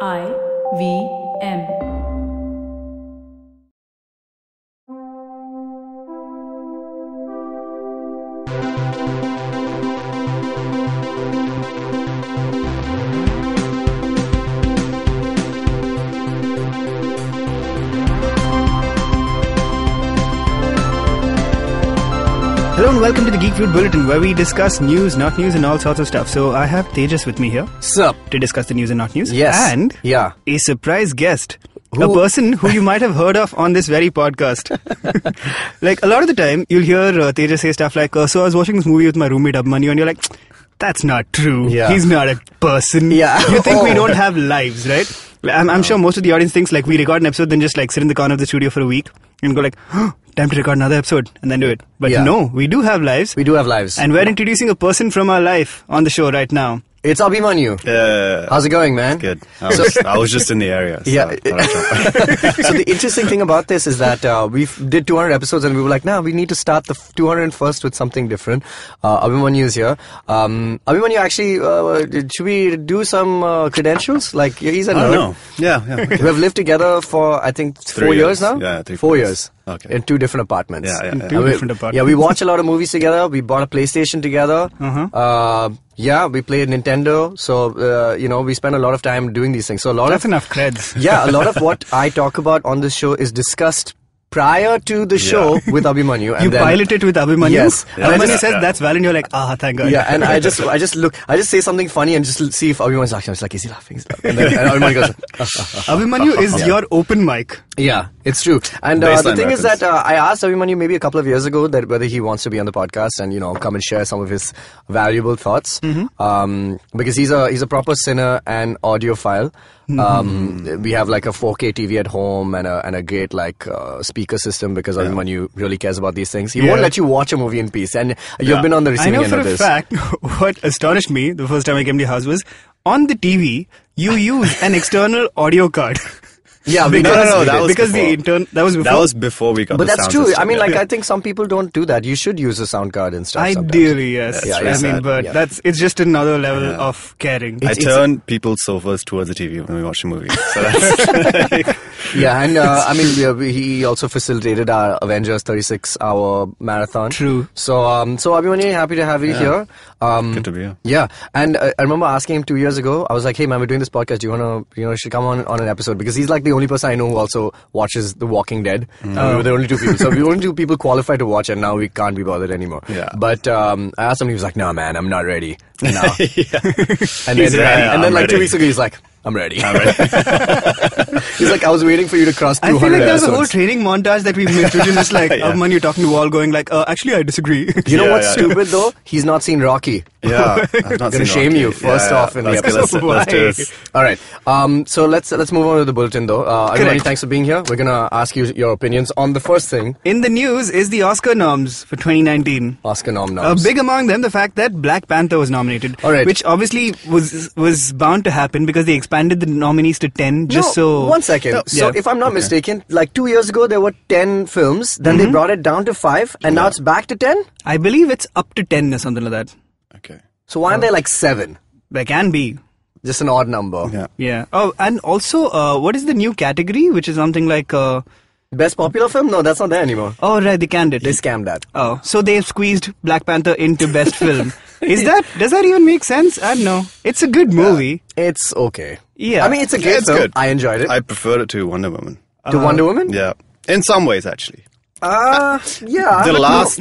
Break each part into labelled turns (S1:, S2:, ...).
S1: I V M.
S2: Hello and welcome to the Geek Fruit Bulletin, where we discuss news, not news, and all sorts of stuff. So I have Tejas with me here
S3: Sup?
S2: to discuss the news and not news.
S3: Yes.
S2: And
S3: yeah.
S2: a surprise guest. A
S3: Who-
S2: person who you might have heard of on this very podcast. like, a lot of the time, you'll hear uh, Tejas say stuff like, uh, So I was watching this movie with my roommate Abmanu, and you're like, that's not true.
S3: Yeah.
S2: He's not a person.
S3: Yeah.
S2: You think we
S3: Oh.
S2: don't have lives, right? Like, I'm, I'm sure most of the audience thinks like we record an episode, then just like sit in the corner of the studio for a week and go like, time to record another episode and then do it. But
S3: Yeah.
S2: no, we do have lives.
S3: We do have lives.
S2: And we're introducing a person from our life on the show right now.
S3: it's Abhimanyu.
S4: Yeah,
S3: How's it going, man?
S4: good. I was, I was just in the area. So
S3: Uh, Yeah.
S4: I thought I'd try.
S3: so the interesting thing about this is that uh, we f- did 200 episodes and we were like, nah, we need to start the f- 201st with something different. Uh, Abhimanyu is here. Um, Abhimanyu, actually, uh, did- should we do some uh, credentials? Like, yeah, he's a
S4: I don't
S3: nerd.
S4: know. Yeah, yeah. okay.
S3: We have lived together for I think
S4: Three
S3: four years,
S4: years.
S3: now.
S4: Yeah, three,
S3: four
S4: four
S3: years.
S4: years. Okay.
S3: In two different apartments. Mm.
S4: Yeah, yeah, In yeah.
S2: two
S3: And we-
S2: different apartments.
S3: Yeah, we watch a lot of movies together. We bought a PlayStation together.
S2: Uh-huh.
S3: Uh, yeah, we played Nintendo. So uh, you know, we spend a lot of time doing these things. So a lot
S2: That's
S3: of
S2: enough creds.
S3: yeah, a lot of what I talk about on this show is discussed prior to the show with Abhimanyu. And
S2: You
S3: then,
S2: pilot it with Abhimanyu.
S3: Yes.
S2: And Abhimanyu
S3: Yeah.
S2: says that's valid. You're like, ah, thank God.
S3: uh, Yeah, and I just, I just look, I just say something funny and just l- see if Abhimanyu laughing. I'm just like, is he laughing? Is he laughing? And then and Abhimanyu goes, Uh,
S2: Abhimanyu is your open mic.
S3: Yeah, it's true. And uh, the
S4: Baseline
S3: thing is
S4: reference.
S3: that uh, I asked Abhimanyu maybe a couple of years ago that whether he wants to be on the podcast and you know come and share some of his valuable thoughts.
S4: Mm-hmm.
S3: Um, because he's a he's a proper sinner and audiophile.
S4: Mm-hmm.
S3: Um, we have like a 4K TV at home and a and a great like uh, speaker system because Abhimanyu really cares about these things. He won't
S2: Yeah.
S3: let you watch a movie in peace, and you've been on the
S2: I
S3: receiving
S2: know
S3: end
S2: for
S3: of
S2: a
S3: this.
S2: fact what astonished me the first time I came to your house was on the TV, you use an external audio card.
S3: Yeah,
S4: No,
S3: because
S4: no, no, that was
S2: because the
S4: before.
S2: intern that was before.
S4: That was before we got
S3: but
S4: the
S3: that's
S4: sound
S3: true. I
S4: system,
S3: mean,
S4: yeah.
S3: like I think some people don't do that. You should use a sound card and stuff. sometimes.
S2: ideally yes.
S3: Yeah,
S2: I
S3: yeah,
S2: mean,
S4: sad.
S2: but
S3: Yeah.
S2: that's it's just another level of caring.
S4: I
S3: it's-
S4: turn people's sofas towards the TV when we watch a movie. So that's like,
S3: Yeah, and uh, I mean, we, we, he also facilitated our Avengers 36 hour marathon.
S2: True.
S3: So, um, so Abhimanyu, happy to have you here. Um,
S4: good to be here.
S3: yeah, and uh, I remember asking him two years ago. I was like, "Hey, man, we're doing this podcast. Do you wanna, you know, you should come on on an episode?" Because he's like the only person I know who also watches The Walking Dead.
S4: Mm.
S3: Uh, we were the
S2: Oh.
S3: only two people, so we were the only two people qualified to watch, and now we can't be bothered anymore.
S4: Yeah.
S3: But um, I asked him, he was like, "No, man, I'm not ready." No. And then,
S4: He's like, "Yeah,
S3: and then
S4: I'm
S3: like two
S4: ready."
S3: weeks ago, he's like, "I'm ready." he's like, "I was waiting for you to cross 200
S2: I feel like there's a
S3: episodes."
S2: whole training montage that we missed, which is just like
S4: Yeah.
S2: Abhimanyu talking to Wall, going like, uh, "Actually, I disagree."
S3: You know
S4: Yeah,
S3: what's
S4: yeah.
S3: stupid though? He's not seen Rocky.
S4: Yeah, I'm not
S3: Gonna
S4: seen
S3: shame
S4: Rocky.
S3: you first
S4: Yeah,
S3: off in the
S4: let's go, let's-
S3: episode.
S4: let's do
S2: Why?
S4: this.
S3: All right. Um, so let's let's move on to the bulletin though. Uh, everybody,
S2: Correct.
S3: thanks for being here. We're gonna ask you your opinions on the first thing,
S2: In the news is the Oscar noms for 2019.
S3: Oscar nom
S2: Uh,
S3: noms.
S2: big among them, the fact that Black Panther was nominated,
S3: All right.
S2: which obviously was was bound to happen because they expanded the nominees to ten.
S3: No,
S2: Just so
S3: one second. So
S2: Yeah.
S3: if I'm not mistaken, like two years ago there were ten films, then
S4: Mm-hmm.
S3: they brought it down to five, and now it's back to ten.
S2: I believe it's up to ten or something like that.
S4: Okay.
S3: So why aren't there like seven?
S2: There can be,
S3: Just an odd number.
S4: Yeah.
S2: yeah. Oh, and also, uh, what is the new category? Which is something like, uh,
S3: Best popular film? No, that's not there anymore.
S2: oh right, they canned it.
S3: They scammed that.
S2: oh, so they've squeezed Black Panther into best film. Is that does that even make sense? I don't know. It's a good movie.
S3: It's okay.
S2: Yeah.
S3: I mean, it's a great
S4: Yeah, it's
S3: film.
S4: good.
S3: I enjoyed it. Uh,
S4: I Uh-huh. preferred it to Wonder Woman.
S3: to Wonder Woman.
S4: Yeah, in some ways actually.
S3: Uh, yeah.
S4: The
S3: but
S4: last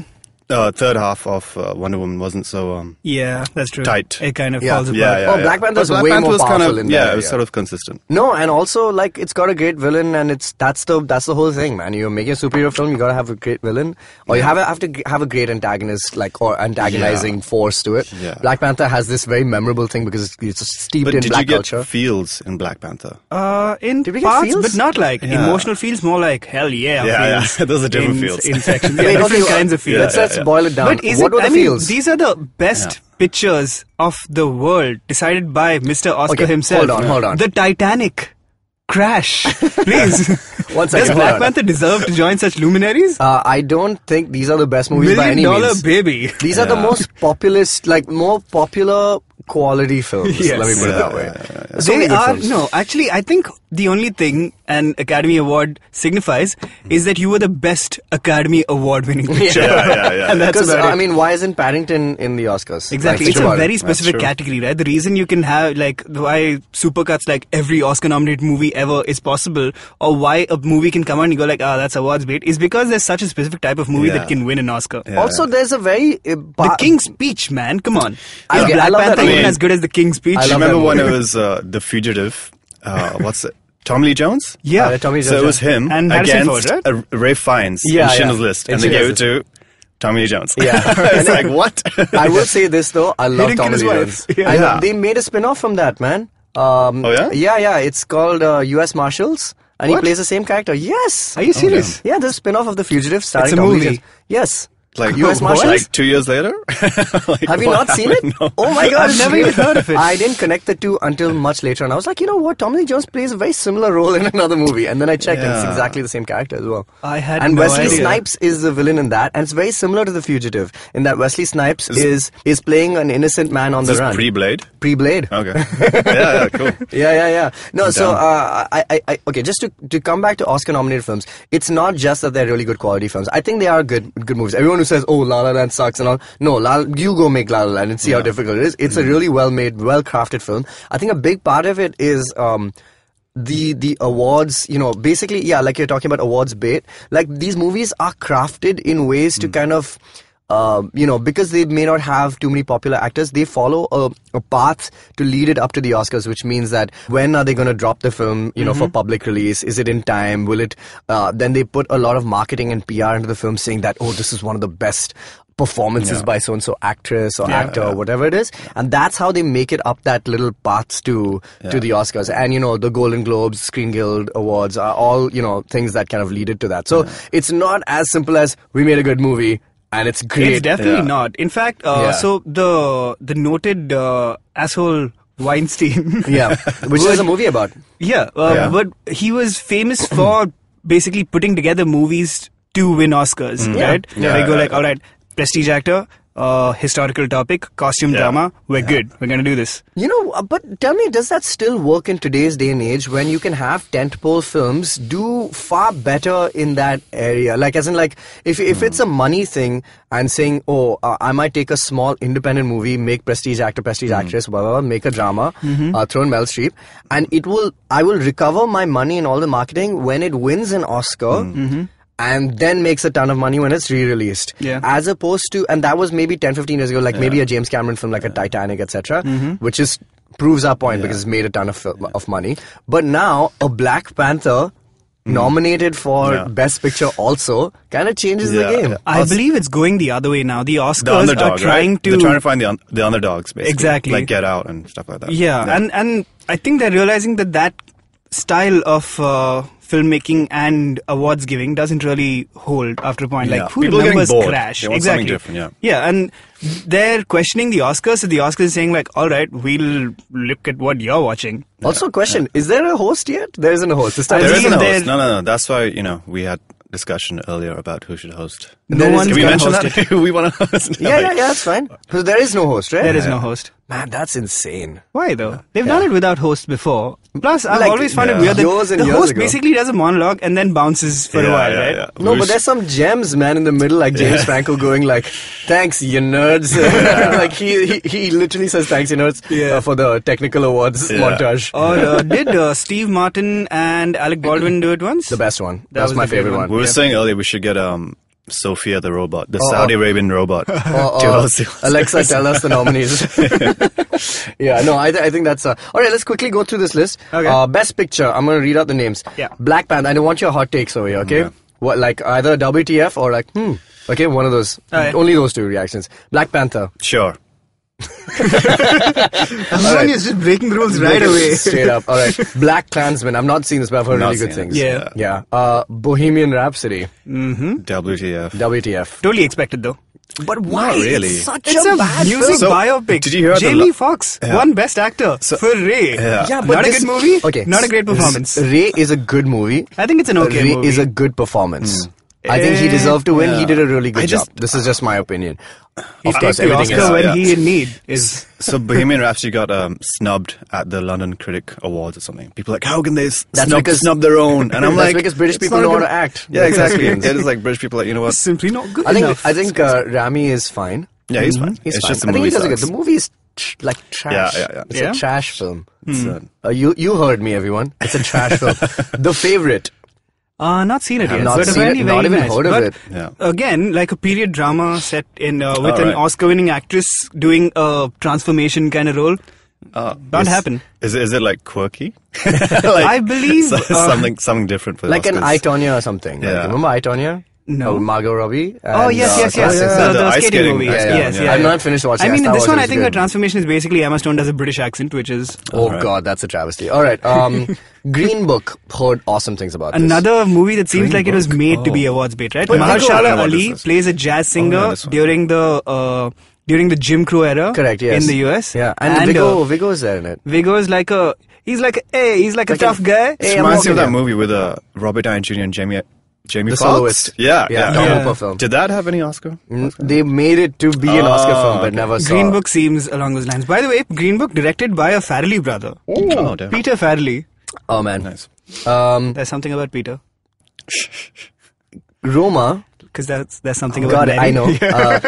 S3: no.
S4: uh, third half of uh, Wonder Woman wasn't so. Um,
S2: Yeah, that's true.
S4: Tight.
S2: It kind of
S3: Yeah.
S2: falls apart.
S4: yeah, yeah.
S3: Oh,
S4: yeah.
S3: Black
S4: But
S3: Panther's
S4: Black
S3: way
S4: Panther
S3: more
S4: was kind
S3: powerful
S4: of
S3: in
S4: yeah,
S3: that
S4: it was
S3: area.
S4: sort of consistent.
S3: No, and also like it's got a great villain, and it's that's the that's the whole thing, man. You're making a superhero film, you gotta have a great villain, or you have a, have to g- have a great antagonist, like or antagonizing force to it.
S4: Yeah.
S3: Black Panther has this very memorable thing because it's, it's steeped
S4: But
S3: in
S4: did
S3: black
S4: you get
S3: culture. Oh,
S4: Fields in Black Panther?
S2: Uh, in
S3: Did we get
S2: parts,
S3: feels?
S2: but not like
S4: Yeah.
S2: emotional feels. More like hell yeah.
S4: Yeah,
S2: feels
S4: yeah. Those are different
S2: in,
S4: feels.
S2: In sections,
S3: Wait,
S2: yeah,
S3: okay,
S2: different
S3: well,
S2: kinds of feels.
S3: Let's, let's boil it down.
S2: But is
S3: what
S2: it?
S3: were the
S2: I mean,
S3: feels?
S2: these are the best pictures of the world decided by Mr. Oscar
S3: Okay,
S2: himself.
S3: hold on, hold on.
S2: The Titanic crash. Please,
S3: One
S2: does
S3: second, hold
S2: Black
S3: on.
S2: Panther deserve to join such luminaries?
S3: uh, I don't think these are the best movies by
S2: Million
S3: any
S2: dollar
S3: means.
S2: baby.
S3: These are the most populist, like more popular quality films.
S2: Yes.
S3: Let me put it
S4: Yeah,
S3: that way.
S4: yeah, yeah, yeah.
S3: So
S2: they
S3: many good
S2: are
S3: films.
S2: no actually i think the only thing an academy award signifies is that you were the best academy award winning picture
S4: Yeah, yeah, yeah.
S2: and that's
S3: Because uh,
S2: about
S3: I
S2: it.
S3: mean, why isn't Paddington in the Oscars?
S2: Exactly,
S3: Like,
S2: it's
S3: think
S2: a
S3: about it.
S2: very
S4: That's
S2: specific
S4: true.
S2: category, right? The reason you can have like why supercuts like every Oscar-nominated movie ever is possible, or why a movie can come out and you go like, ah, that's awards bait, is because there's such a specific type of movie
S4: Yeah.
S2: that can win an Oscar.
S4: Yeah.
S3: Also, there's a very
S2: The
S3: uh, ba-
S2: King's Speech, man, come on! Is
S3: I love-
S2: Black
S3: I love that
S2: Panther
S3: movie.
S2: even as good as the King's Speech?
S3: I
S4: I
S3: love
S4: remember
S3: that
S4: when it
S3: movie.
S4: was uh, The Fugitive. Uh, what's it? Tom Lee Jones?
S2: yeah,
S3: Uh, Tommy
S4: So
S3: Jones,
S4: it was
S3: yeah.
S4: him
S2: And Harrison
S4: against
S2: Ford,
S4: uh, Ray Fiennes
S3: Yeah,
S4: in Schindler's
S3: yeah.
S4: List.
S3: In
S4: and they gave it
S3: Schindler's
S4: to Tommy Lee Jones.
S3: Yeah.
S4: it's like, what?
S3: I will say this though, I love
S2: didn't
S3: Tom
S2: kill
S3: Lee
S2: his
S3: Jones.
S2: wife. Yeah.
S3: I know.
S4: Yeah.
S3: They made a spin-off from that, man. Um,
S4: Oh, yeah?
S3: Yeah, yeah. It's called uh, U.S. Marshals, and he plays the same character. Yes.
S2: Are you serious?
S3: yeah, there's a spin-off of The Fugitive starring
S2: It's a
S3: Tom Lee
S2: movie.
S3: Jones. Yes.
S4: like,
S3: U.S. Marshals.
S4: like two years later? Like,
S3: Have you
S4: what
S3: not seen it?
S4: happened? No.
S3: Oh my god,
S2: I've never even heard of it.
S3: I didn't connect the two until much later, and I was like, you know what? Tom Lee Jones plays a very similar role in another movie, and then I checked, and
S4: Yeah.
S3: it's exactly the same character as well.
S2: I had
S3: and
S2: no
S3: Wesley
S2: idea.
S3: Snipes is the villain in that, and it's very similar to The Fugitive in that Wesley Snipes is
S4: Is-
S3: is, playing an innocent man on
S4: Is
S3: the
S4: this
S3: run.
S4: pre Blade?
S3: Pre-Blade.
S4: Okay. yeah, yeah, cool.
S3: Yeah, yeah, yeah. No, so
S4: down.
S3: uh, I, I, I, okay, just to, to come back to Oscar-nominated films, it's not just that they're really good quality films. I think they are good good movies. Everyone who says, "Oh, La La Land sucks," and all, no, La, you go make La La Land and see how difficult it is. It's a really well-made, well-crafted film. I think a big part of it is. Um, the the awards you know basically yeah like you're talking about awards bait like these movies are crafted in ways to kind of um, you know, because they may not have too many popular actors, they follow a, a path to lead it up to the Oscars, which means that when are they going to drop the film, you know, for public release? Is it in time? Will it? Uh, then they put a lot of marketing and PR into the film, saying that oh, this is one of the best performances by so and so actress or actor or whatever it is, and that's how they make it up that little paths to to the Oscars. And you know, the Golden Globes, Screen Guild Awards are all you know things that kind of lead it to that. So it's not as simple as we made a good movie. And it's great.
S2: It's definitely
S4: Yeah.
S2: not. In fact, uh,
S3: Yeah.
S2: so the the noted uh, asshole Weinstein.
S3: Yeah, which
S2: would-
S3: is a movie about.
S2: Yeah, uh,
S4: Yeah.
S2: but he was famous for basically putting together movies to win Oscars,
S3: Yeah.
S2: right?
S4: Mm. Yeah,
S2: they go
S4: yeah,
S2: like,
S4: yeah.
S2: all right, prestige actor, uh, historical topic, costume
S4: Yeah.
S2: drama, we're good, we're gonna do this.
S3: You know, uh, but tell me, does that still work in today's day and age when you can have tentpole films do far better in that area? Like, as in, like, if if it's a money thing and saying, oh, uh, I might take a small independent movie, make prestige actor, prestige
S2: Hmm.
S3: actress, blah, blah, blah, make a drama,
S2: Mm-hmm.
S3: uh, throw in Mel Streep, and it will, I will recover my money in all the marketing when it wins an Oscar.
S2: Hmm.
S3: And then makes a ton of money when it's re-released.
S2: Mm-hmm. Yeah.
S3: as opposed to and that was maybe 10 15 years ago like maybe a james cameron film like a titanic etc
S4: Mm-hmm.
S3: which is proves our point because it's made a ton of film, of money but now a black panther nominated for
S4: Mm. Yeah.
S3: best picture also kind of changes the
S4: Yeah,
S3: game
S4: yeah.
S2: I believe it's going the other way now. The Oscars
S4: The underdog,
S2: are trying
S4: right?
S2: to
S4: They're trying to find the, un- the underdogs, basically.
S2: Exactly.
S4: Like Get Out and stuff like that.
S2: yeah, and and I think they're realizing that that style of uh, filmmaking and awards giving doesn't really hold after a point.
S4: Yeah.
S2: Like who
S4: People are getting
S2: remembers
S4: bored.
S2: Crash?
S4: They want something
S2: exactly.
S4: different, yeah.
S2: Yeah, and they're questioning the Oscars. So the Oscars are saying like, all right, we'll look at what you're watching.
S3: also question is there a host yet there isn't a host this time
S2: I
S4: There
S2: believe
S4: isn't a
S2: there-
S4: host. No, no, no. That's why, you know, we had discussion earlier about who should host.
S2: No
S3: is-
S2: one's
S4: Can we
S2: gonna
S4: mention
S2: host
S4: that? we want to host.
S3: yeah yeah yeah that's fine because there is no host right
S2: There is no host.
S3: man that's insane
S2: Why though? They've done it without host before. Plus, I've
S3: Like,
S2: always found it
S4: yeah.
S2: weird that
S3: Years and
S2: the
S3: years
S2: host
S3: ago.
S2: basically does a monologue and then bounces for a
S4: Yeah,
S2: while,
S4: yeah,
S2: right?
S4: yeah.
S3: No,
S4: We
S3: but
S4: sh-
S3: there's some gems, man, in the middle, like James Franco going like, "Thanks, you nerds." like he, he he literally says, "Thanks, you nerds,"
S2: Yeah.
S3: uh, for the technical awards
S4: Yeah.
S3: montage.
S2: Or uh, did uh, Steve Martin and Alec Baldwin do it once?
S3: the best one. That,
S2: That
S3: was,
S2: was a
S3: my
S2: good
S3: favorite
S2: one.
S3: one.
S4: We were saying earlier we should get um Sophia the robot, the
S3: Oh,
S4: Saudi
S3: oh.
S4: Arabian robot.
S3: Or,
S4: to
S3: uh,
S4: host the Oscars.
S3: Alexa, tell us the nominees. yeah, no, I, th- I think that's uh, all right. Let's quickly go through this list.
S2: Okay.
S3: Uh, best picture. I'm gonna read out the names.
S2: Yeah.
S3: Black Panther. I don't want your hot takes over here. Okay.
S4: Okay.
S3: What like either WTF or like hmm. Okay, one of those.
S2: Alright.
S3: Only those two reactions. Black Panther.
S4: Sure.
S2: Amazon is just breaking the rules right
S3: Like,
S2: away.
S3: Straight up. All right. Black Klansman. I've not seen this, but I've heard
S4: Not
S3: really good
S4: seen it.
S3: things.
S2: Yeah.
S3: Yeah. Hmm? Uh, Bohemian Rhapsody.
S4: WTF.
S3: WTF.
S2: Totally expected though.
S3: But why?
S4: Not really. It's
S3: such
S2: It's a, music
S4: So,
S2: biopic.
S4: did you hear the
S2: Jamie
S4: lo-
S2: Foxx
S4: Yeah.
S2: won Best Actor
S4: So-
S2: for Ray.
S4: Yeah.
S3: Yeah, but
S2: not
S3: this-
S2: a good movie.
S3: Okay.
S2: not a great performance.
S3: Ray is a good movie.
S2: I think it's an okay
S3: Ray
S2: movie.
S3: is a good performance. I think he
S2: Eh,
S3: deserved to win. He
S4: yeah.
S3: did a really good
S4: I just-
S3: job. This is just my opinion.
S2: He
S3: Of course,
S2: takes the
S3: everything
S2: Oscar
S3: is-
S2: when
S4: yeah.
S2: he in need is.
S4: So Bohemian Rhapsody got um, snubbed at the London Critic Awards or something. People are like, how can they s-
S3: That's
S4: snub,
S3: because-
S4: snub their own? And
S3: That's
S4: I'm like,
S3: because British
S4: it's
S3: people
S4: not
S3: know how
S4: good-
S3: to act.
S4: Yeah,
S3: That's
S4: exactly.
S3: Australians.
S4: it is like British people are like, you know what?
S2: Simply not good
S3: I
S2: enough.
S3: think I think uh, Rami is fine.
S4: Yeah, he's fine.
S3: He's
S4: it's
S3: fine.
S4: just the
S3: I think
S4: movie.
S3: he does a good.
S4: sucks.
S3: The movie is tr- like trash.
S4: Yeah, yeah, yeah.
S3: It's
S2: Yeah? Hmm.
S3: a trash film.
S4: It's, uh,
S3: Uh, you you heard me, everyone. It's a trash film. The favorite.
S2: Uh, not seen it yet.
S3: not
S2: but
S3: seen
S2: apparently
S3: it,
S2: very
S3: not even
S2: nice.
S3: heard of
S2: But
S3: it.
S4: Yeah.
S2: Again, like a period drama set in uh, with an
S4: Alright.
S2: Oscar-winning actress doing a transformation kind of role.
S4: uh,
S2: Don't
S4: is-
S2: happen.
S4: Is it, is it like quirky?
S2: I believe,
S4: so-
S2: uh,
S4: something something different for the
S3: Like an
S4: Oscars.
S3: I Tonya or something. Like,
S4: Yeah.
S3: remember I Tonya?
S2: No.
S3: Oh, Margot Robbie.
S2: Oh
S3: and,
S2: yes,
S3: uh,
S2: yes, yes.
S3: Kristen
S4: yeah,
S2: The,
S4: yeah.
S2: the
S4: The ice
S2: skating,
S4: skating,
S2: movie.
S4: ice
S2: Yes,
S4: skating,
S2: yes,
S4: yeah.
S2: yeah.
S3: I've not finished watching
S2: I mean,
S3: it.
S2: in
S3: Star
S2: this
S3: Wars
S2: one, I
S3: was
S2: think her
S3: good.
S2: transformation is basically Emma Stone does a British accent, which is
S3: Oh
S4: Alright.
S3: god, that's a travesty. All right, um, Green Book heard awesome things about this.
S2: another movie that seems
S4: Green
S2: like it was
S4: Book.
S2: made to be
S4: Oh.
S2: awards bait, right?
S4: Wait, I don't know
S2: Mahershala
S4: what
S2: Ali
S4: this is.
S2: plays a jazz
S4: Oh, yeah,
S2: singer
S4: this one.
S2: during the uh, during the Jim Crow era,
S3: correct? Yes,
S2: in the US,
S3: Yeah, and,
S2: uh,
S3: Vigo Vigo is there in it.
S2: Viggo is like a he's like a, hey he's like,
S3: Like
S2: a tough
S3: a-
S2: guy.
S3: Hey, I'm
S4: Reminds me of
S3: walking
S4: that
S3: here.
S4: movie with uh, Robert Downey Jr. and Jamie Jamie
S3: The
S4: Foxx.
S3: soloist.
S4: Yeah,
S3: yeah,
S4: yeah.
S3: Tom
S2: Yeah.
S3: Hooper film.
S4: Did that have any Oscar?
S3: Mm, They made it to be an
S4: Ah,
S3: Oscar film, but
S4: okay.
S3: never saw.
S2: Green Book seems along those lines. By the way, Green Book directed by a Farrelly brother,
S4: Oh, damn.
S2: Peter Farrelly.
S3: Oh man,
S4: Nice.
S3: um,
S2: There's something about Peter
S3: Roma.
S2: because that's there's something about
S3: God, I
S2: Mary.
S3: know. Uh,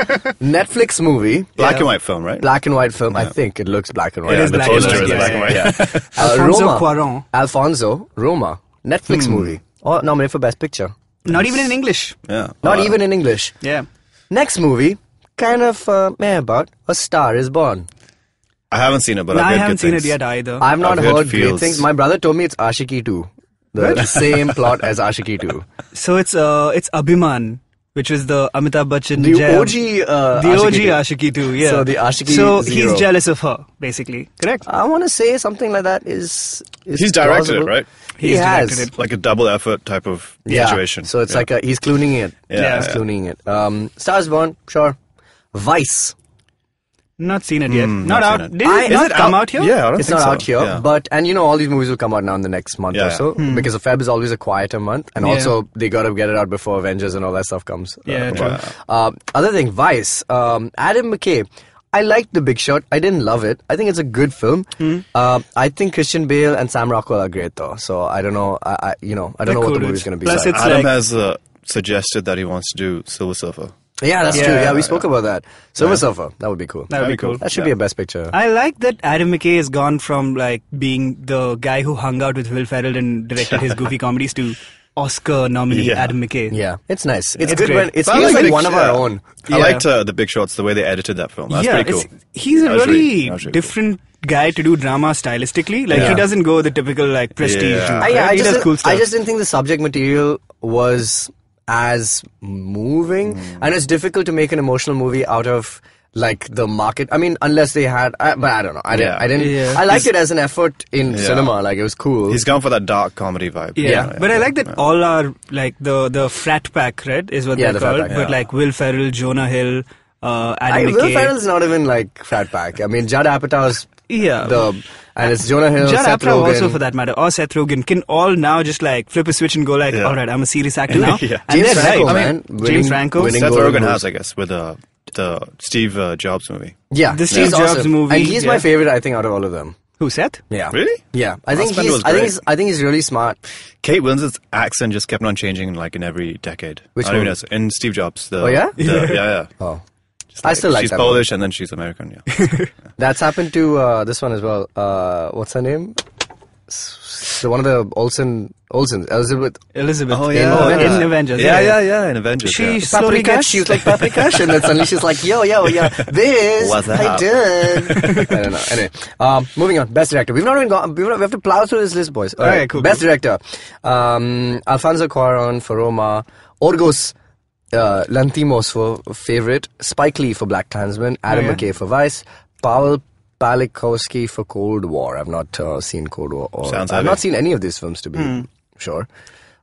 S3: Netflix movie,
S4: Black
S2: Yeah.
S4: and white film, right?
S3: black and white film. I think it looks black and white.
S4: Yeah,
S2: is
S4: the
S2: black and
S4: poster
S2: white,
S4: is
S2: yeah,
S4: black and white. Yeah.
S3: Uh,
S2: Alfonso
S3: Roma,
S2: Cuarón.
S3: Alfonso Roma,
S4: Hmm.
S3: Netflix movie, or nominated for best picture.
S2: Not even in English.
S4: Yeah.
S3: Not
S4: Uh,
S3: even in English.
S2: Yeah.
S3: Next movie, kind of uh, meh about A Star Is Born.
S4: I haven't seen it, but
S2: No,
S4: I've
S2: I
S4: heard
S2: haven't
S4: good
S2: seen
S4: things.
S2: it yet either.
S3: I've not
S4: I've
S3: heard,
S4: heard
S3: great
S4: feels.
S3: things. My brother told me it's Ashiki 2. The same plot as Ashiki 2.
S2: so it's uh it's Abhiman, which is the Amitabh Bachchan.
S3: The
S2: Jaya-
S3: OG, uh,
S2: the OG
S3: Ashiki
S2: Ashiki
S3: two.
S2: too. Yeah.
S3: So the Ashiki
S2: So
S3: zero.
S2: he's jealous of her, basically. Correct.
S3: I want to say something like that is. is
S4: He's directed
S3: plausible.
S4: it, right?
S3: He
S2: He's
S3: has.
S2: directed it.
S4: Like a double effort type of
S3: Yeah.
S4: situation.
S3: So it's
S4: Yeah.
S3: like a, he's clooning it.
S4: Yeah,
S2: Yeah.
S3: He's
S4: yeah.
S3: clooning it. Um, Star is Born, sure. Vice.
S2: Not seen it yet. not,
S4: Hmm, not seen
S2: out.
S4: it.
S2: Did it,
S3: I-
S2: not
S3: is it
S2: come
S3: out?
S2: out, here?
S4: Yeah, I don't
S3: It's
S4: think
S3: not
S4: so.
S3: out here,
S4: Yeah.
S3: but and you know all these movies will come out now in the next month
S4: Yeah,
S3: or
S4: yeah.
S3: so because the Feb is always a quieter month, and
S2: Hmm. Yeah.
S3: also they got to get it out before Avengers and all that stuff comes.
S2: Yeah,
S3: comes
S2: true.
S3: out. Uh, other thing, Vice. Um, Adam McKay. I liked The Big Shot. I didn't love it. I think it's a good film.
S2: Hmm.
S3: Uh, I think Christian Bale and Sam Rockwell are great though. So I don't know. I, I you know I
S2: They're
S3: don't know what the
S2: cool dudes.
S3: movie's going to be.
S2: Plus
S3: so I-
S2: it's
S4: Adam
S2: like-
S4: has uh, suggested that he wants to do Silver Surfer.
S3: yeah, that's true.
S2: Yeah,
S3: Yeah, we
S4: yeah,
S3: spoke about that. Silver Surfer. That would be cool.
S2: That would be cool.
S3: That should be a best picture.
S2: I like that Adam McKay has gone from like being the guy who hung out with Will Ferrell and directed his goofy comedies to Oscar nominee
S4: Yeah.
S2: Adam McKay.
S3: yeah, it's nice. It's
S2: It's
S3: good
S2: great.
S3: when it
S4: But I
S3: feels like
S4: Big-
S3: one of
S4: yeah.
S3: our own.
S4: I
S2: Yeah.
S4: liked uh, the big shots, the way they edited that film. That's
S2: yeah,
S4: pretty cool.
S2: it's- he's a
S4: That was
S2: really,
S4: that was really cool.
S2: different guy to do drama stylistically. Like
S4: Yeah.
S2: he doesn't go the typical like prestige.
S4: Yeah.
S2: route,
S3: I, yeah,
S2: right?
S3: I
S2: he
S3: just
S2: does cool stuff.
S3: I just didn't think the subject material was as moving,
S2: Hmm.
S3: and it's difficult to make an emotional movie out of like the market. I mean, unless they had, I, but I don't know. I didn't.
S4: Yeah.
S3: I didn't.
S2: Yeah.
S3: I liked it as an effort in
S4: Yeah.
S3: cinema. Like it was cool.
S4: He's gone for that dark comedy vibe.
S2: yeah. but I like that all are like the the frat pack, right? Is what
S3: Yeah,
S2: they're
S3: the frat
S2: called.
S3: pack,
S2: but
S3: yeah.
S2: like Will Ferrell, Jonah Hill, uh, Adam
S3: I,
S2: McKay.
S3: Will Ferrell's not even like frat pack. I mean, Judd Apatow's
S2: Yeah.
S3: the and it's Jonah Hill,
S2: Judd
S3: Seth
S2: Apatow
S3: Rogen.
S2: also for that matter, or Seth Rogen can all now just like flip a switch and go like,
S4: Yeah.
S2: all right, I'm a serious actor now.
S4: Yeah.
S2: And
S3: James
S2: it's right.
S3: Franco,
S2: I mean,
S3: man. Winning-
S2: James Franco.
S3: winning
S4: Seth
S3: Golden
S4: Rogen
S3: Globes.
S4: has, I guess, with uh, the Steve uh, Jobs movie.
S3: Yeah,
S2: The Steve
S3: he's
S2: Jobs
S3: awesome.
S2: movie,
S3: and he's my
S2: yeah.
S3: favorite. I think out of all of them.
S2: Who Seth?
S3: Yeah.
S4: Really?
S3: Yeah, I think
S4: Fassbender
S3: he's.
S4: was
S3: I think
S4: great.
S3: he's. I think he's really smart.
S4: Kate Winslet's accent just kept on changing, like in every decade.
S3: Which
S4: I don't even
S3: movie?
S4: know. In Steve Jobs. The,
S3: Oh, yeah?
S4: the- yeah, yeah.
S3: Oh,
S4: Just
S3: I still like
S4: She's
S3: that one.
S4: Polish and then she's American. Yeah.
S3: That's happened to uh, this one as well. Uh, what's her name? S- The one of the Olsen Olsen Elizabeth.
S2: Elizabeth.
S4: Oh,
S2: in-
S4: yeah.
S2: oh,
S3: Yeah.
S2: in Avengers.
S4: yeah, yeah, yeah. In Avengers.
S2: She
S4: yeah.
S2: slowly
S3: Paprika.
S2: gets
S3: She was like paprika, and then suddenly she's like, "Yo, yo, yo, this
S4: What's
S3: I
S4: up?
S3: did." I don't know. Anyway, um, moving on. Best director. We've not even gone. We've not, we have to plow through this list, boys. All
S2: Okay, cool,
S3: Best director. Um, Alfonso Cuarón for Roma. Orgos. Uh, Lantimos for favorite, Spike Lee for Black Klansman, Adam
S2: Oh, yeah.
S3: McKay for Vice, Pavel Palikowski for Cold War. I've not uh, seen Cold War. Or,
S4: Sounds
S3: I've
S4: heavy.
S2: Hmm.
S3: not seen any of these films to be sure.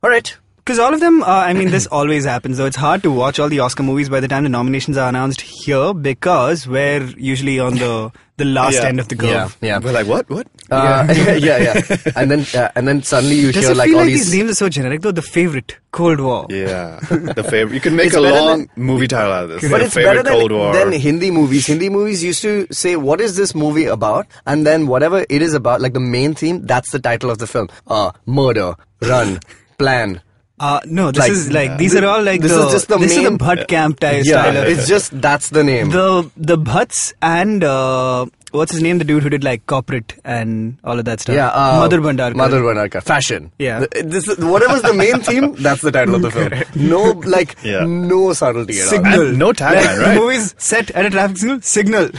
S3: All right,
S2: Because all of them, are, I mean, this always happens, though. It's hard to watch all the Oscar movies by the time the nominations are announced here because we're usually on the, the last
S4: Yeah.
S2: end of the curve.
S3: Yeah, yeah.
S4: We're like, what? What?
S3: Uh, yeah, yeah, And then uh, and then suddenly you
S2: Does
S3: hear
S2: it
S3: like
S2: feel
S3: all
S2: like
S3: these.
S2: these names are so generic, though? The favorite, Cold War.
S4: Yeah, the favorite. You could make
S3: It's
S4: a
S3: better
S4: long movie title out of this.
S3: but
S4: The
S3: it's better
S4: favorite
S3: than,
S4: Cold War.
S3: than Hindi movies. Hindi movies used to say, "What is this movie about?" And then whatever it is about, like the main theme, that's the title of the film: uh, murder, run, plan.
S2: Uh, no, this
S3: Like,
S2: is like, these are all like
S3: this
S2: the,
S3: is just the
S2: this is
S3: main- uh,
S2: the Bhatt camp type style
S3: Yeah,
S2: of
S3: it's just that's the name.
S2: the the Bhutts and uh, what's his name? The dude who did like corporate and all of that stuff.
S3: yeah, uh,
S2: Madhur Bhandarkar.
S3: Madhur Bhandarkar. Fashion.
S2: Yeah.
S3: Th- This is, whatever's the main theme, that's the title of the film. No, like,
S4: Yeah.
S3: no subtlety at all.
S2: Signal.
S4: And no tagline,
S2: Like,
S4: right?
S2: The movie's set at a traffic signal. Signal.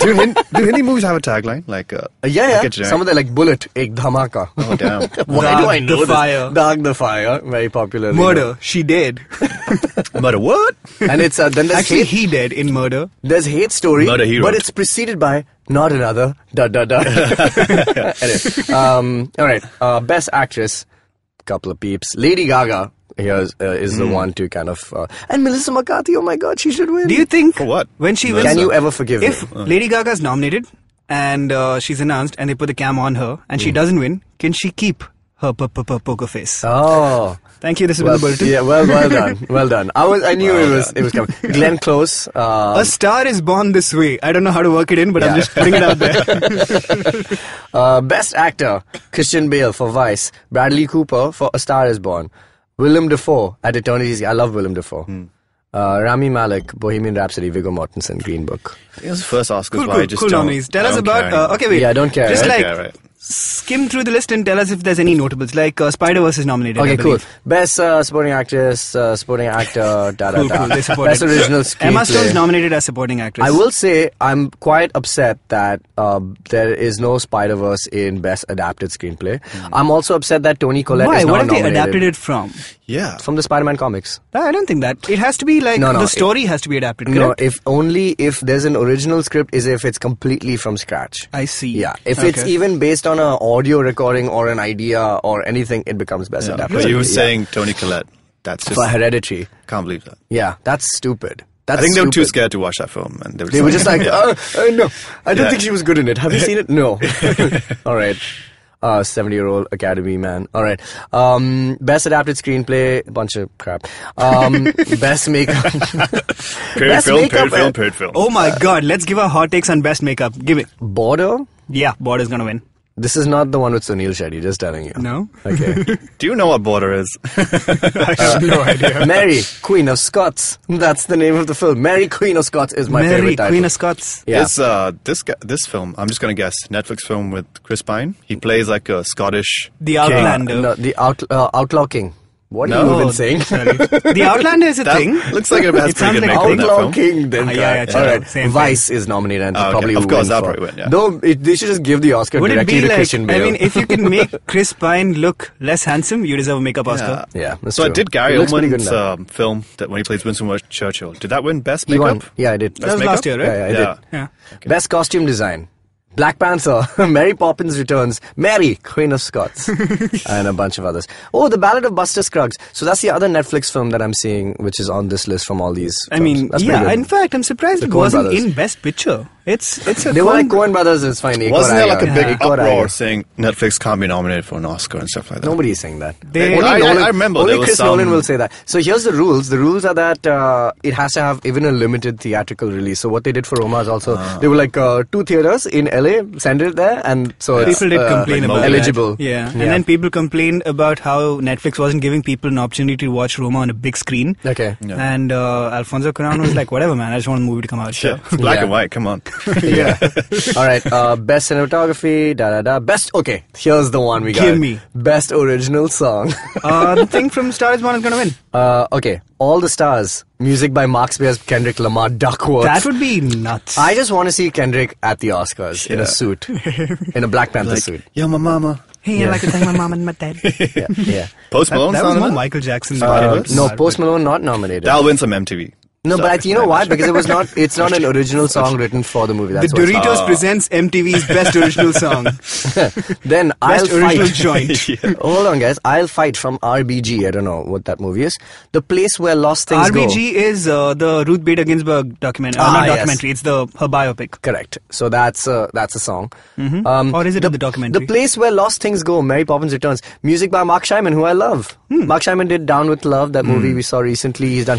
S4: do, Hin- do Hindi movies have a tagline? Like, uh,
S3: Uh, Yeah,
S4: like
S3: yeah.
S4: a generic-
S3: Some of them like bullet, ek dhamaka.
S4: Oh damn!
S3: Why do I
S2: Dog
S3: know
S2: the
S3: this?
S2: Fire.
S3: Dog the fire, very popular. you
S2: Murder. She dead.
S4: Murder what?
S3: know. And it's uh, then there's
S2: Actually,
S3: hate,
S2: he dead in murder.
S3: there's hate story,
S4: Murder he
S3: but
S4: wrote.
S3: it's preceded by not another da da da. anyway, um, all right, uh, best actress, couple of peeps. Lady Gaga here is, uh, is
S2: Hmm.
S3: the one to kind of uh, and Melissa McCarthy. Oh my God, she should win.
S2: Do you think
S4: For what?
S2: when she wins?
S4: Melissa?
S3: Can you ever forgive Uh. me?
S2: if Lady Gaga's nominated and uh, she's announced and they put the cam on her and
S3: Mm.
S2: she doesn't win, can she keep her p- p- p- poker face?
S3: Oh,
S2: Thank you. This has
S3: well,
S2: been the bulletin.
S3: yeah, well, well done, well done. I was, I knew it was, it was coming. Glenn Close, uh,
S2: A star is born this way. I don't know how to work it in, but I'm
S3: Yeah.
S2: just putting it out there.
S3: Uh, best actor: Christian Bale for Vice, Bradley Cooper for A Star Is Born, Willem Dafoe at Eternity's. I love Willem Dafoe.
S2: Hmm.
S3: Uh, Rami Malek, Bohemian Rhapsody, Viggo Mortensen, Green Book.
S4: It was the first Oscars
S2: cool,
S4: where I
S2: cool,
S4: just
S2: cool
S4: don't,
S2: nominees. Tell
S4: I
S2: us
S4: don't
S2: about.
S4: care
S2: Uh,
S4: anymore.
S2: okay, wait.
S3: Yeah, I don't care,
S2: Just
S3: right?
S2: like
S4: Yeah, right.
S2: skim through the list and tell us if there's any notables. Like uh, Spider Verse is nominated. I
S3: Okay, cool.
S2: believe.
S3: Best uh, supporting actress, uh, supporting actor, da da
S2: Cool, cool.
S3: da.
S2: They supported.
S3: Best original screenplay.
S2: Emma Stone's nominated as supporting actress.
S3: I will say I'm quite upset that uh, there is no Spider Verse in Best Adapted Screenplay. I'm also upset that Tony Collette
S2: Hmm. Why?
S3: is not
S2: What have they
S3: nominated
S2: adapted it from?
S4: Yeah.
S3: from the Spider-Man comics.
S2: I don't think that it has to be like
S3: No, no,
S2: the
S3: it-
S2: story has to be adapted. Correct?
S3: No, if only if there's an original script is if it's completely from scratch.
S2: I see.
S3: Yeah, if it's
S2: Okay.
S3: even based on a audio recording or an idea or anything, it becomes best
S4: Yeah.
S3: adapted.
S4: But you
S3: Yeah.
S4: were saying Tony Collette. That's just
S3: for hereditary.
S4: can't believe that.
S3: Yeah, that's stupid. That's
S4: I think they were too
S3: stupid.
S4: scared to watch that film, and they were
S3: They were just like,
S4: Yeah.
S3: uh, uh, no, I don't
S4: Yeah.
S3: think she was good in it. Have you seen it? No. All right. Uh, 70 year old Academy man. All right. Um, best adapted screenplay, bunch of crap. Um, best makeup.
S4: period
S3: best
S4: film,
S3: makeup uh,
S4: period film,
S3: and-
S4: period film.
S2: Oh my God! Let's give our hot takes on best makeup. Give it.
S3: Border?
S2: Yeah, Border's gonna win.
S3: This is not the one with Sunil Shetty, just telling you.
S2: No?
S3: Okay.
S4: Do you know what Border is?
S2: I have no idea.
S3: Uh, Mary, Queen of Scots. That's the name of the film. Mary, Queen of Scots is my
S2: Mary,
S3: favorite title.
S2: Queen of Scots.
S3: Yeah.
S4: It's uh, this gu- this film. I'm just gonna guess Netflix film with Chris Pine. He plays like a Scottish.
S2: The
S4: king.
S2: Outlander. Oh,
S3: no, the out, uh, Outlaw King. What are
S4: No.
S3: you even saying?
S2: Sorry. the Outlander is a
S4: That
S2: thing.
S4: looks like it has
S2: It
S4: pretty
S2: sounds
S4: good
S2: like
S4: makeup in that
S3: Outlaw
S4: film.
S3: King, then
S2: Ah, yeah, yeah,
S3: correct.
S2: sure.
S3: All right.
S2: Same thing.
S3: Vice is nominated and
S4: Ah, okay.
S3: probably
S4: Of
S3: will
S4: course,
S3: win
S4: that'll
S3: for-
S4: probably win, yeah.
S3: Though it, they should just give the Oscar
S2: Would it
S3: directly
S2: be
S3: to
S2: like?
S3: Christian Bale.
S2: I mean, if you can make Chris Pine look less handsome, you deserve a makeup Oscar.
S3: Yeah, that's
S4: so I
S3: true.
S4: did Gary
S3: It looks pretty
S4: Oldman's
S3: good now.
S4: um, film that when he plays Winston Wa- Churchill. Did that win Best
S3: He
S4: Makeup?
S3: won. Yeah, I did.
S2: That was
S4: Best
S2: last year,
S4: makeup?
S2: right?
S3: Yeah, I
S4: Yeah.
S3: did.
S2: Yeah.
S3: Best costume design. Black Panther, Mary Poppins Returns, Mary, Queen of Scots, and a bunch of others. Oh, The Ballad of Buster Scruggs. So that's the other Netflix film that I'm seeing, which is on this list from all these.
S2: I
S3: films.
S2: mean,
S3: That's pretty
S2: yeah.
S3: good.
S2: In fact, I'm surprised
S3: The
S2: it
S3: Coen
S2: wasn't
S3: brothers.
S2: in Best Picture. It's it's a
S3: they were
S2: Coen
S3: like Cohen Brothers, it's fine. Ek
S4: Wasn't
S3: aur
S4: there like a
S3: Aaya.
S4: big
S3: Ek aur
S4: uproar
S3: Aaya.
S4: saying Netflix can't be nominated for an Oscar and stuff like that?
S3: Nobody is saying that.
S2: They-
S3: only
S4: I- I-
S3: Nolan,
S4: I remember
S3: Only
S4: there was
S3: Chris
S4: some-
S3: Nolan will say that. So here's the rules. The rules are that uh, it has to have even a limited theatrical release. So what they did for Roma is also
S2: Ah.
S3: they were like uh, two theaters in LA, send it there, and so it's,
S2: People did
S3: uh,
S2: complain
S4: like
S2: about that.
S3: eligible.
S2: Yeah. and then people complained about how Netflix wasn't giving people an opportunity to watch Roma on a big screen.
S3: Okay.
S4: Yeah.
S2: And uh, Alfonso Cuarón was like, "Whatever, man. I just want a movie to come out."
S4: Shit, it's black
S3: Yeah.
S4: and white. Come on.
S3: yeah. All right. Uh, best cinematography. Da da da. Best. Okay. Here's the one we got.
S2: Give me.
S3: best original song.
S2: uh, the thing from Star Is Born is gonna win.
S3: uh, okay. All the stars. Music by Mark Spears, Kendrick Lamar, Duckworth.
S2: That would be nuts.
S3: I just want to see Kendrick at the Oscars in a
S4: Yeah.
S3: suit, in a Black Panther
S4: like,
S3: suit.
S4: yo, my mama.
S1: Hey, I like to thank my mom and my dad.
S3: Yeah, yeah.
S4: Post Malone.
S2: that was
S4: sounded
S2: more
S4: it?
S2: Michael Jackson.
S3: Uh,
S2: than it was
S3: no,
S2: Star.
S3: Post Malone not nominated.
S4: That'll win some MTV.
S3: No,
S4: Sorry,
S3: but you know
S4: my
S3: why?
S4: bad.
S3: Because it was not. It's not an original song written for the movie.
S2: The
S3: That's why it's not.
S2: Doritos presents MTV's best original song,
S3: Then I'll
S2: best original
S3: fight.
S2: joint.
S3: Hold on, guys. I'll fight from RBG. I don't know what that movie is. The place where lost things go.
S2: RBG is uh, the Ruth Bader Ginsburg documentary.
S3: Ah,
S2: not
S3: yes.
S2: documentary. It's the her biopic.
S3: Correct. So that's a, that's a song. Um,
S2: Or is it in the documentary?
S3: The place where lost things go. Mary Poppins Returns. Music by Mark Shyman, who I love. Mark Shyman did Down with Love, that movie we saw recently. He's done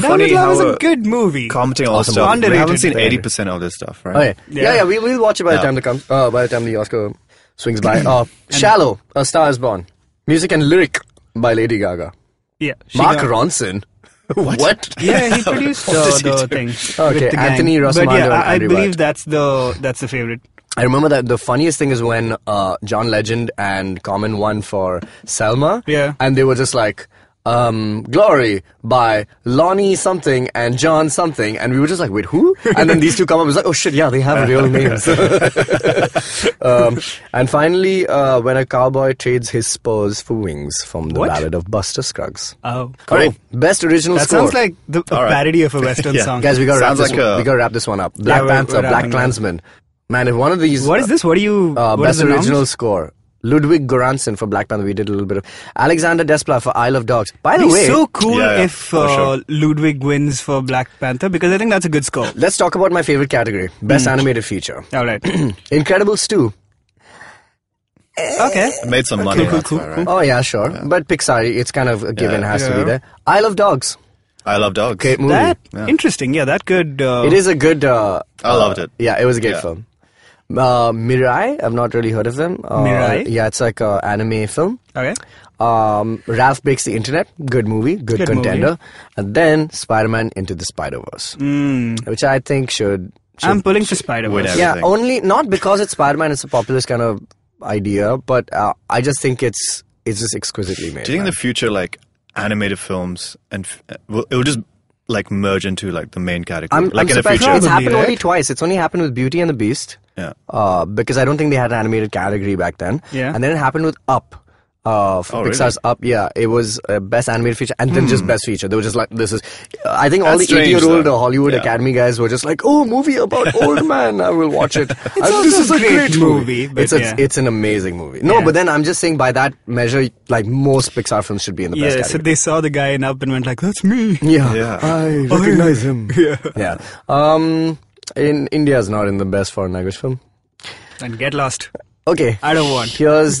S2: Down
S4: So
S2: with
S4: Funny
S2: Love is
S4: how,
S2: a
S4: uh,
S2: good movie.
S4: Commenting on all
S2: Awesome.
S4: stuff. we haven't
S2: Underrated.
S4: seen eighty percent of this stuff, right?
S3: Oh, yeah. yeah,
S2: Yeah.
S3: yeah, we, we'll watch it by the
S4: Yeah.
S3: time the comes. Uh, by the time the Oscar swings by. Uh, Shallow, A Star Is Born. Music and lyric by Lady Gaga.
S2: Yeah, she
S3: Mark
S2: got-
S3: Ronson. What?
S2: Yeah, he produced
S4: What
S2: uh,
S4: did he
S2: the
S4: do?
S2: thing.
S3: Okay,
S2: with the gang.
S3: Anthony
S2: But
S3: Rossumando
S2: yeah,
S3: and
S2: I, I
S3: Andy
S2: believe
S3: White.
S2: that's the that's the favorite.
S3: I remember that the funniest thing is when uh, John Legend and Common won for Selma.
S2: Yeah.
S3: And they were just like, um, Glory by Lonnie something and John something. And we were just like, wait, who? And then these two come up. It was like, oh shit, yeah, they have real names. um, and finally, uh, when a cowboy trades his spurs for wings from the
S2: What?
S3: ballad of Buster Scruggs.
S2: Oh,
S3: All right. Best original
S2: That
S3: score.
S2: sounds like the, a
S4: All right.
S2: parody of a western
S4: Yeah.
S2: song.
S3: Guys, we gotta, wrap this,
S4: Sounds like a-
S3: we gotta wrap this one up. Black
S2: we're-
S3: Panther,
S2: we're
S3: Black
S2: wrapping up.
S3: Klansman. Man, if one of these.
S2: what is this? What do you?
S3: Uh,
S2: what is
S3: best
S2: the nouns?
S3: original score. Ludwig Göransson for Black Panther. We did a little bit of Alexander Desplat for Isle of Dogs. By the
S2: It'd be
S3: way,
S2: so cool
S4: Yeah, yeah,
S2: if
S4: for
S2: uh,
S4: sure.
S2: Ludwig wins for Black Panther because I think that's a good score.
S3: let's talk about my favorite category:
S2: Hmm.
S3: best animated feature.
S2: All right.
S3: Incredibles two.
S2: okay.
S4: I made some money.
S2: cool,
S4: that's
S2: cool,
S4: why, right?
S2: cool.
S3: Oh yeah, sure, but Pixar. It's kind of a given.
S4: Yeah.
S3: Has to
S2: Hmm. Yeah.
S3: be there. Isle of Dogs.
S4: I love dogs.
S3: Great movie.
S2: That
S4: Yeah.
S2: interesting. Yeah, that could. Uh,
S3: It is a good. Uh,
S4: I loved it.
S3: Yeah, it was a great
S4: Yeah.
S3: film. Uh, Mirai. I've not really heard of them. Uh,
S2: Mirai?
S3: Yeah, it's like an anime film.
S2: Okay.
S3: Um, Ralph Breaks the Internet, good movie, good,
S2: Good
S3: contender. And then Spider Man Into the Spider Verse, which I think should. should-
S2: I'm pulling for Spider
S4: Wait,
S2: Verse.
S4: I-
S2: Yeah.
S3: yeah,
S4: everything.
S3: only not because it's Spider Man, it's a populist kind of idea, but uh, I just think it's it's just exquisitely made.
S4: Do you think in
S3: man.
S4: the future, like animated films, and f- uh, will, it will just like merge into like the main category,
S3: I'm,
S4: like
S3: I'm
S4: in the
S3: surprised
S4: future?
S3: it's
S2: Probably,
S3: happened only
S2: right?
S3: twice. It's only happened with Beauty and the Beast.
S4: Yeah.
S3: uh, because I don't think they had an animated category back then.
S2: Yeah.
S3: And then it happened with Up. Uh, for
S4: Oh, really?
S3: Pixar's Up, yeah, it was uh, best animated feature, and then just best feature. They were just like, "This is." I think all
S4: That's
S3: the
S4: strange,
S3: eighty-year-old
S4: though.
S3: Hollywood
S4: Yeah.
S3: Academy guys were just like, "Oh, movie about old man, I will watch it." It's
S2: also a great movie, but
S3: it's a,
S2: yeah.
S3: it's an amazing movie. No,
S2: Yeah.
S3: but then I'm just saying by that measure, like most Pixar films should be in the
S2: Yeah.
S3: best
S2: So
S3: category.
S2: they saw the guy in Up and went like, "That's me."
S3: yeah,
S4: Yeah.
S3: I recognize him. Oh, yeah, yeah. Um, in India's not in the best foreign language film.
S2: And get lost.
S3: Okay.
S2: I don't want.
S3: Here's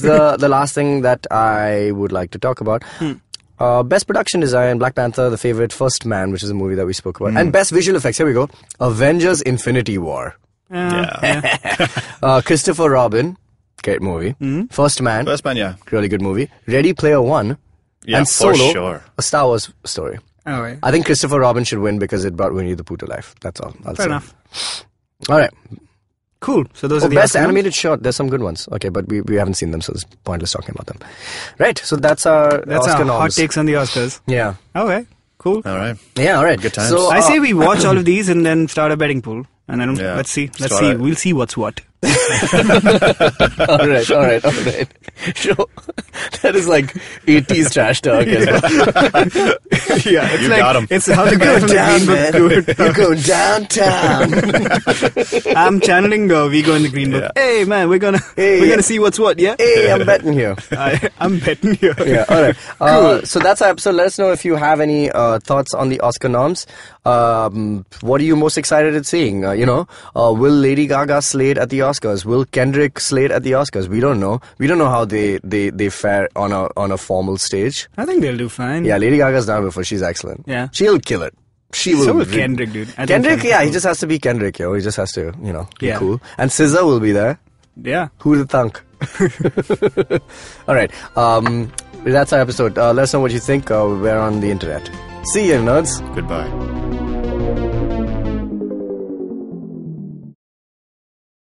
S3: the the last thing that I would like to talk about.
S2: Hmm.
S3: Uh, best production design, Black Panther, The Favorite, First Man, which is a movie that we spoke
S2: Hmm.
S3: about, and best visual effects. Here we go. Avengers: Infinity War.
S2: Uh,
S4: yeah.
S3: Uh, Christopher Robin, great movie.
S2: Hmm.
S3: First Man,
S4: First man, yeah.
S3: really good movie. Ready Player One,
S4: Yeah,
S3: and
S4: for
S3: Solo,
S4: sure.
S3: a Star Wars story.
S2: All right.
S3: I think Christopher Robin should win because it brought Winnie the Pooh to life. That's all. I'll
S2: Fair
S3: say.
S2: enough.
S3: All right.
S2: Cool. So those
S3: Oh,
S2: are the
S3: best
S2: outcomes.
S3: animated short. There's some good ones. Okay, but we, we haven't seen them, so it's pointless talking about them. Right. So that's our
S2: That's
S3: Oscar
S2: our hot
S3: noms.
S2: takes on the Oscars. Oh,
S3: Yeah.
S2: Okay. Cool.
S4: All right.
S3: Yeah. All right. Good
S4: times.
S3: So
S2: I
S3: uh,
S2: say we watch all of these and then start a betting pool, and then
S4: Yeah.
S2: let's see. Let's
S4: Start
S2: see.
S4: a-
S2: We'll see what's what.
S3: all right. All right. All right. Sure. that is like 80s trash talk. As well.
S2: yeah, it's
S4: You
S2: like
S4: got 'em.
S2: it's how the guy from the Green Book do it.
S3: You go downtown.
S2: I'm channeling uh, we go in the Green Book.
S4: Yeah.
S2: Hey man, we're gonna
S3: Hey,
S2: we're
S3: yeah.
S2: gonna see what's what. Yeah,
S3: hey, I'm betting here.
S2: I, I'm betting here.
S3: Yeah, all right. Uh, so that's our episode. Let us know if you have any uh, thoughts on the Oscar noms. Um, what are you most excited at seeing? Uh, you know, uh, will Lady Gaga slate at the Oscars? Will Kendrick slate at the Oscars? We don't know. We don't know how they, they, they fare on a on a formal stage.
S2: I think they'll do fine.
S3: Yeah, Lady Gaga's done it before. She's excellent.
S2: Hmm. Yeah.
S3: she'll kill it. She will.
S2: so will
S3: re-
S2: Kendrick, dude. I think
S3: Kendrick, yeah, he
S2: will.
S3: just has to be Kendrick, yo. He just has to, you know, be
S2: Yeah.
S3: cool. And SZA will be there.
S2: yeah.
S3: Who the thunk? All right. Um, that's our episode. Uh, let us know what you think. Uh, we're on the internet. See you, nerds.
S4: Goodbye.